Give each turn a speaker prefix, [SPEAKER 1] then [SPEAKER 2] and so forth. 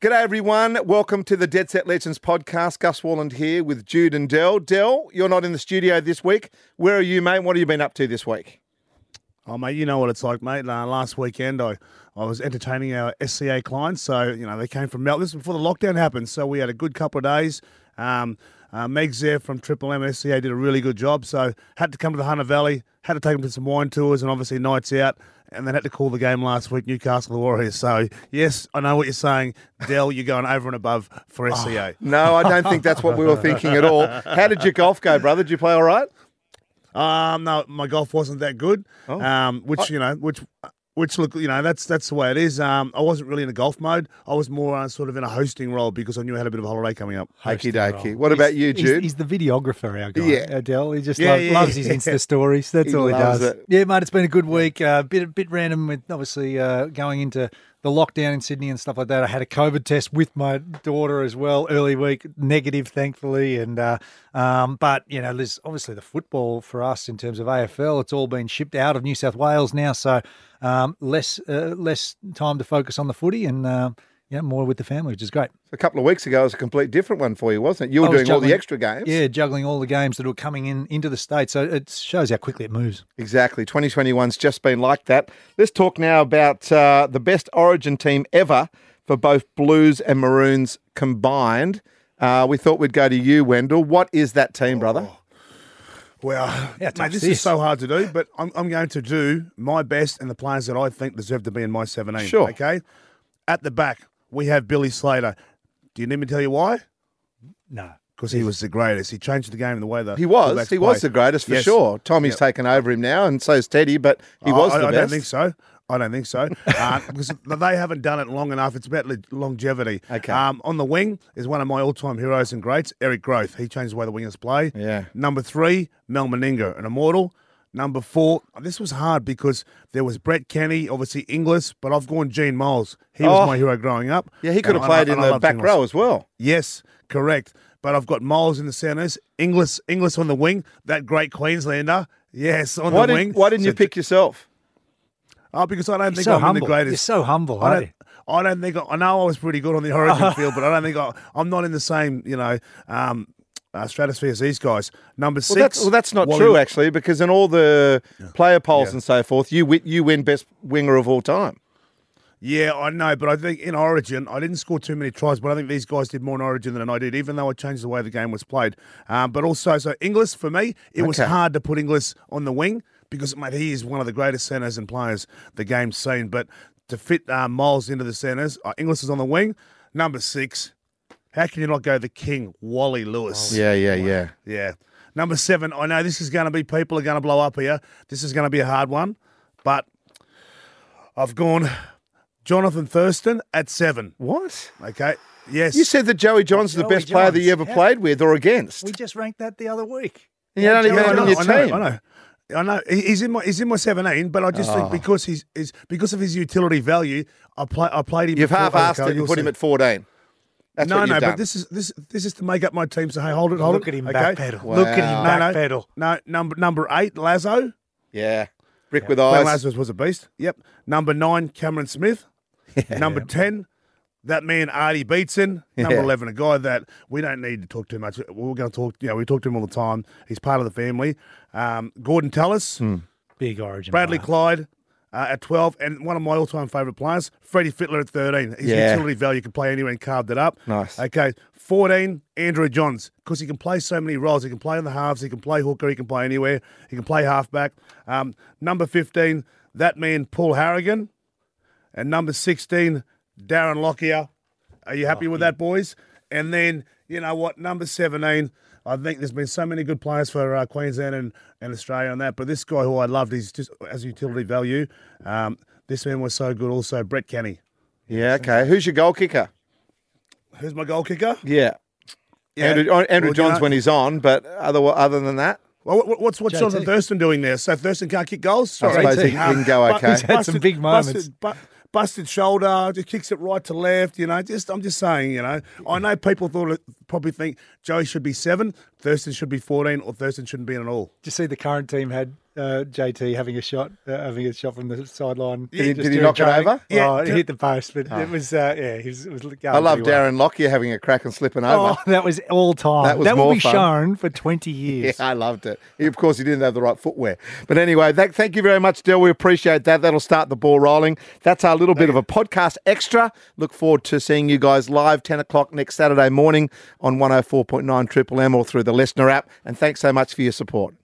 [SPEAKER 1] G'day, everyone. Welcome to the Dead Set Legends podcast. Gus Walland here with Jude and Dell. Dell, you're not in the studio this week. Where are you, mate? What have you been up to this week?
[SPEAKER 2] Oh, mate, you know what it's like, mate. Uh, last weekend, I, I was entertaining our SCA clients. So, you know, they came from Melbourne. This was before the lockdown happened. So, we had a good couple of days. Um, uh, Megs there from Triple M SCA did a really good job. So, had to come to the Hunter Valley, had to take them to some wine tours and obviously nights out. And then had to call the game last week, Newcastle Warriors. So, yes, I know what you're saying. Dell, you're going over and above for SCA.
[SPEAKER 1] No, I don't think that's what we were thinking at all. How did your golf go, brother? Did you play all right?
[SPEAKER 2] Um, no, my golf wasn't that good.
[SPEAKER 1] Oh.
[SPEAKER 2] Um, which you know, which which look, you know, that's that's the way it is. Um, I wasn't really in a golf mode. I was more uh, sort of in a hosting role because I knew I had a bit of a holiday coming up.
[SPEAKER 1] Okie dokie. What about you,
[SPEAKER 3] He's- He's,
[SPEAKER 1] Jude?
[SPEAKER 3] the videographer, our guy,
[SPEAKER 1] Yeah.
[SPEAKER 3] Adele. He just
[SPEAKER 2] Yeah,
[SPEAKER 3] lo-
[SPEAKER 2] yeah,
[SPEAKER 3] loves his
[SPEAKER 2] yeah.
[SPEAKER 3] Insta stories. That's
[SPEAKER 1] He
[SPEAKER 3] all he
[SPEAKER 1] loves
[SPEAKER 3] does.
[SPEAKER 1] it.
[SPEAKER 3] Yeah, mate, it's been a good week. Uh, bit bit random with obviously uh, going into the lockdown in Sydney and stuff like that. I had a COVID test with my daughter as well early week, negative, thankfully. And uh, um, but you know, there's obviously the football for us in terms of AFL. It's all been shipped out of New South Wales now, so um, less uh, less time to focus on the footy and. Um, yeah, more with the family, which is great.
[SPEAKER 1] A couple of weeks ago, it was a complete different one for you, wasn't it? You
[SPEAKER 3] I
[SPEAKER 1] were
[SPEAKER 3] was
[SPEAKER 1] doing all the
[SPEAKER 3] juggling-
[SPEAKER 1] extra games.
[SPEAKER 3] Yeah, juggling all the games that were coming in into the state. So it shows how quickly it moves.
[SPEAKER 1] Exactly. 2021's just been like that. Let's talk now about uh, the best Origin team ever for both Blues and Maroons combined. Uh, we thought we'd go to you, Wendell. What is that team, brother?
[SPEAKER 2] Oh, Well,
[SPEAKER 3] Yeah,
[SPEAKER 2] mate,
[SPEAKER 3] tough
[SPEAKER 2] this
[SPEAKER 3] this.
[SPEAKER 2] is so hard to do, but I'm, I'm going to do my best and the players that I think deserve to be in my 17.
[SPEAKER 1] Sure.
[SPEAKER 2] Okay. At the back, we have Billy Slater. Do you need me to tell you why?
[SPEAKER 3] No.
[SPEAKER 2] Because he was the greatest. He changed the game in the way that
[SPEAKER 1] He was. He was the greatest for
[SPEAKER 2] Yes.
[SPEAKER 1] sure. Tommy's taken over him now, and so's Teddy, but he was
[SPEAKER 2] I,
[SPEAKER 1] the
[SPEAKER 2] I, I
[SPEAKER 1] best.
[SPEAKER 2] don't think so. I don't think so uh, because they haven't done it long enough. It's about le- longevity.
[SPEAKER 1] Okay.
[SPEAKER 2] Um, on the wing is one of my all-time heroes and greats, Eric Groth. He changed the way the wingers play.
[SPEAKER 1] Yeah.
[SPEAKER 2] Number three, Mel Meninga, an immortal. Number four, this was hard because there was Brett Kenny, obviously Inglis, but I've gone Gene Miles. He
[SPEAKER 1] Oh.
[SPEAKER 2] was my hero growing up.
[SPEAKER 1] Yeah, he could
[SPEAKER 2] And
[SPEAKER 1] have
[SPEAKER 2] I-
[SPEAKER 1] played
[SPEAKER 2] and I
[SPEAKER 1] in the
[SPEAKER 2] loved
[SPEAKER 1] back
[SPEAKER 2] Inglis.
[SPEAKER 1] row as well.
[SPEAKER 2] Yes, correct. But I've got Miles in the centres, Inglis, Inglis on the wing, that great Queenslander. Yes, on
[SPEAKER 1] Why,
[SPEAKER 2] the
[SPEAKER 1] did,
[SPEAKER 2] wing.
[SPEAKER 1] why didn't you
[SPEAKER 2] So-
[SPEAKER 1] pick yourself?
[SPEAKER 2] Oh, because I don't
[SPEAKER 3] You're
[SPEAKER 2] think
[SPEAKER 3] so
[SPEAKER 2] I'm in
[SPEAKER 3] humble.
[SPEAKER 2] the greatest.
[SPEAKER 3] You're so humble,
[SPEAKER 2] I
[SPEAKER 3] aren't
[SPEAKER 2] don't, I don't think I, I know I was pretty good on the Origin field, but I don't think I, I'm not in the same, you know, um, uh, stratosphere as these guys. Number six.
[SPEAKER 1] Well, that's, well, that's not
[SPEAKER 2] Wally-
[SPEAKER 1] true, actually, because in all the player polls
[SPEAKER 2] Yeah.
[SPEAKER 1] and so forth, you win, you win best winger of all time.
[SPEAKER 2] Yeah, I know, but I think in Origin, I didn't score too many tries, but I think these guys did more in Origin than I did, even though I changed the way the game was played. Um, but also, so Inglis, for me, it was
[SPEAKER 1] Okay.
[SPEAKER 2] hard to put Inglis on the wing because, mate, he is one of the greatest centres and players the game's seen. But to fit uh, Miles into the centres, uh, Inglis is on the wing. Number six, how can you not go the king, Wally Lewis?
[SPEAKER 1] Yeah, yeah, yeah.
[SPEAKER 2] Yeah. Number seven, I know this is going to be, people are going to blow up here. This is going to be a hard one, but I've gone Jonathan Thurston at seven.
[SPEAKER 1] What?
[SPEAKER 2] Okay. Yes.
[SPEAKER 1] You said that Joey Johns is the
[SPEAKER 3] Joey
[SPEAKER 1] best player that you ever
[SPEAKER 3] Johns. How-
[SPEAKER 1] played with or against.
[SPEAKER 3] We just ranked that the other week.
[SPEAKER 1] You don't even
[SPEAKER 2] Yeah,
[SPEAKER 1] have him
[SPEAKER 2] I
[SPEAKER 1] in
[SPEAKER 2] know,
[SPEAKER 1] your
[SPEAKER 2] I know,
[SPEAKER 1] team.
[SPEAKER 2] I know. I know He- he's in my he's in my seventeen, but I
[SPEAKER 1] Ah.
[SPEAKER 2] just think because he's, he's because of his utility value, I play I played him.
[SPEAKER 1] You've
[SPEAKER 2] before
[SPEAKER 1] half-assed
[SPEAKER 2] AFL,
[SPEAKER 1] it and
[SPEAKER 2] you'll
[SPEAKER 1] put him
[SPEAKER 2] see.
[SPEAKER 1] at 14. That's
[SPEAKER 2] no,
[SPEAKER 1] what you've
[SPEAKER 2] no,
[SPEAKER 1] done.
[SPEAKER 2] but this is this this is to make up my team. So hey, hold it, hold
[SPEAKER 3] Look
[SPEAKER 2] it.
[SPEAKER 3] at him
[SPEAKER 2] okay?
[SPEAKER 3] backpedal. Look at him
[SPEAKER 1] Wow.
[SPEAKER 2] No, no.
[SPEAKER 3] backpedal.
[SPEAKER 2] No, number number eight, Lazo.
[SPEAKER 1] Yeah. Brick with
[SPEAKER 2] Glenn
[SPEAKER 1] eyes.
[SPEAKER 2] Lazarus was a beast. Yep. Number nine, Cameron Smith. Number ten, that man Artie Beatson. Number
[SPEAKER 1] Yeah.
[SPEAKER 2] eleven, a guy that we don't need to talk too much. We're going to talk. You know, we talk to him all the time. He's part of the family. Um, Gordon Tallis,
[SPEAKER 1] Hmm.
[SPEAKER 3] Big origin.
[SPEAKER 2] Bradley
[SPEAKER 3] player.
[SPEAKER 2] Clyde. Uh, at 12, and one of my all time favourite players, Freddie Fittler at 13. His
[SPEAKER 1] Yeah.
[SPEAKER 2] utility value could play anywhere and carved it up.
[SPEAKER 1] Nice.
[SPEAKER 2] Okay, 14, Andrew Johns, because he can play so many roles. He can play in the halves, he can play hooker, he can play anywhere, he can play halfback. Um, number 15, that man, Paul Harrigan. And number 16, Darren Lockyer. Are you happy with that, boys? And then, you know what, number 17, I think there's been so many good players for uh, Queensland and, and Australia on that, but this guy who I loved, he's just as utility value. Um, this man was so good also, Brett Kenny.
[SPEAKER 1] Yeah, okay. Who's your goal kicker?
[SPEAKER 2] Who's my goal kicker?
[SPEAKER 1] Yeah. Andrew,
[SPEAKER 2] Well,
[SPEAKER 1] Andrew
[SPEAKER 2] you
[SPEAKER 1] Johns
[SPEAKER 2] know-
[SPEAKER 1] when he's on, but other, other than that,
[SPEAKER 2] Well, what- what- what's what's
[SPEAKER 3] JT.
[SPEAKER 2] Jonathan Thurston doing there? So Thurston can't kick goals. Sorry, Um,
[SPEAKER 1] suppose he- he can go
[SPEAKER 2] bu-
[SPEAKER 1] okay. He's
[SPEAKER 3] had some big moments.
[SPEAKER 2] Busted, bu- busted shoulder, just kicks it right to left. You know, just I'm just saying. You know, I know people thought it, probably think Joey should be seven, Thurston should be 14, or Thurston shouldn't be in at all.
[SPEAKER 3] Did you see the current team had uh, JT having a shot, uh, having a shot from the sideline?
[SPEAKER 1] Did he- did
[SPEAKER 3] just
[SPEAKER 1] he
[SPEAKER 3] during
[SPEAKER 1] knock it
[SPEAKER 3] training?
[SPEAKER 1] over?
[SPEAKER 2] Yeah.
[SPEAKER 3] Oh, he hit the post, but it was uh, yeah, he was. It was going
[SPEAKER 1] I love
[SPEAKER 3] pretty well.
[SPEAKER 1] Darren Lockyer having a crack and slipping over.
[SPEAKER 3] Oh, that was all time.
[SPEAKER 1] That
[SPEAKER 3] That,
[SPEAKER 1] was
[SPEAKER 3] will
[SPEAKER 1] more
[SPEAKER 3] be
[SPEAKER 1] fun.
[SPEAKER 3] shown for twenty years.
[SPEAKER 1] Yeah, I loved it. He- Of course, he didn't have the right footwear. But anyway, that, thank you very much, Dell. We appreciate that. That'll start the ball rolling. That's our little bit of a podcast extra. Look forward to seeing you guys live 10 o'clock oh next Saturday morning on 104.9 Triple M or through the Listener app. And thanks so much for your support.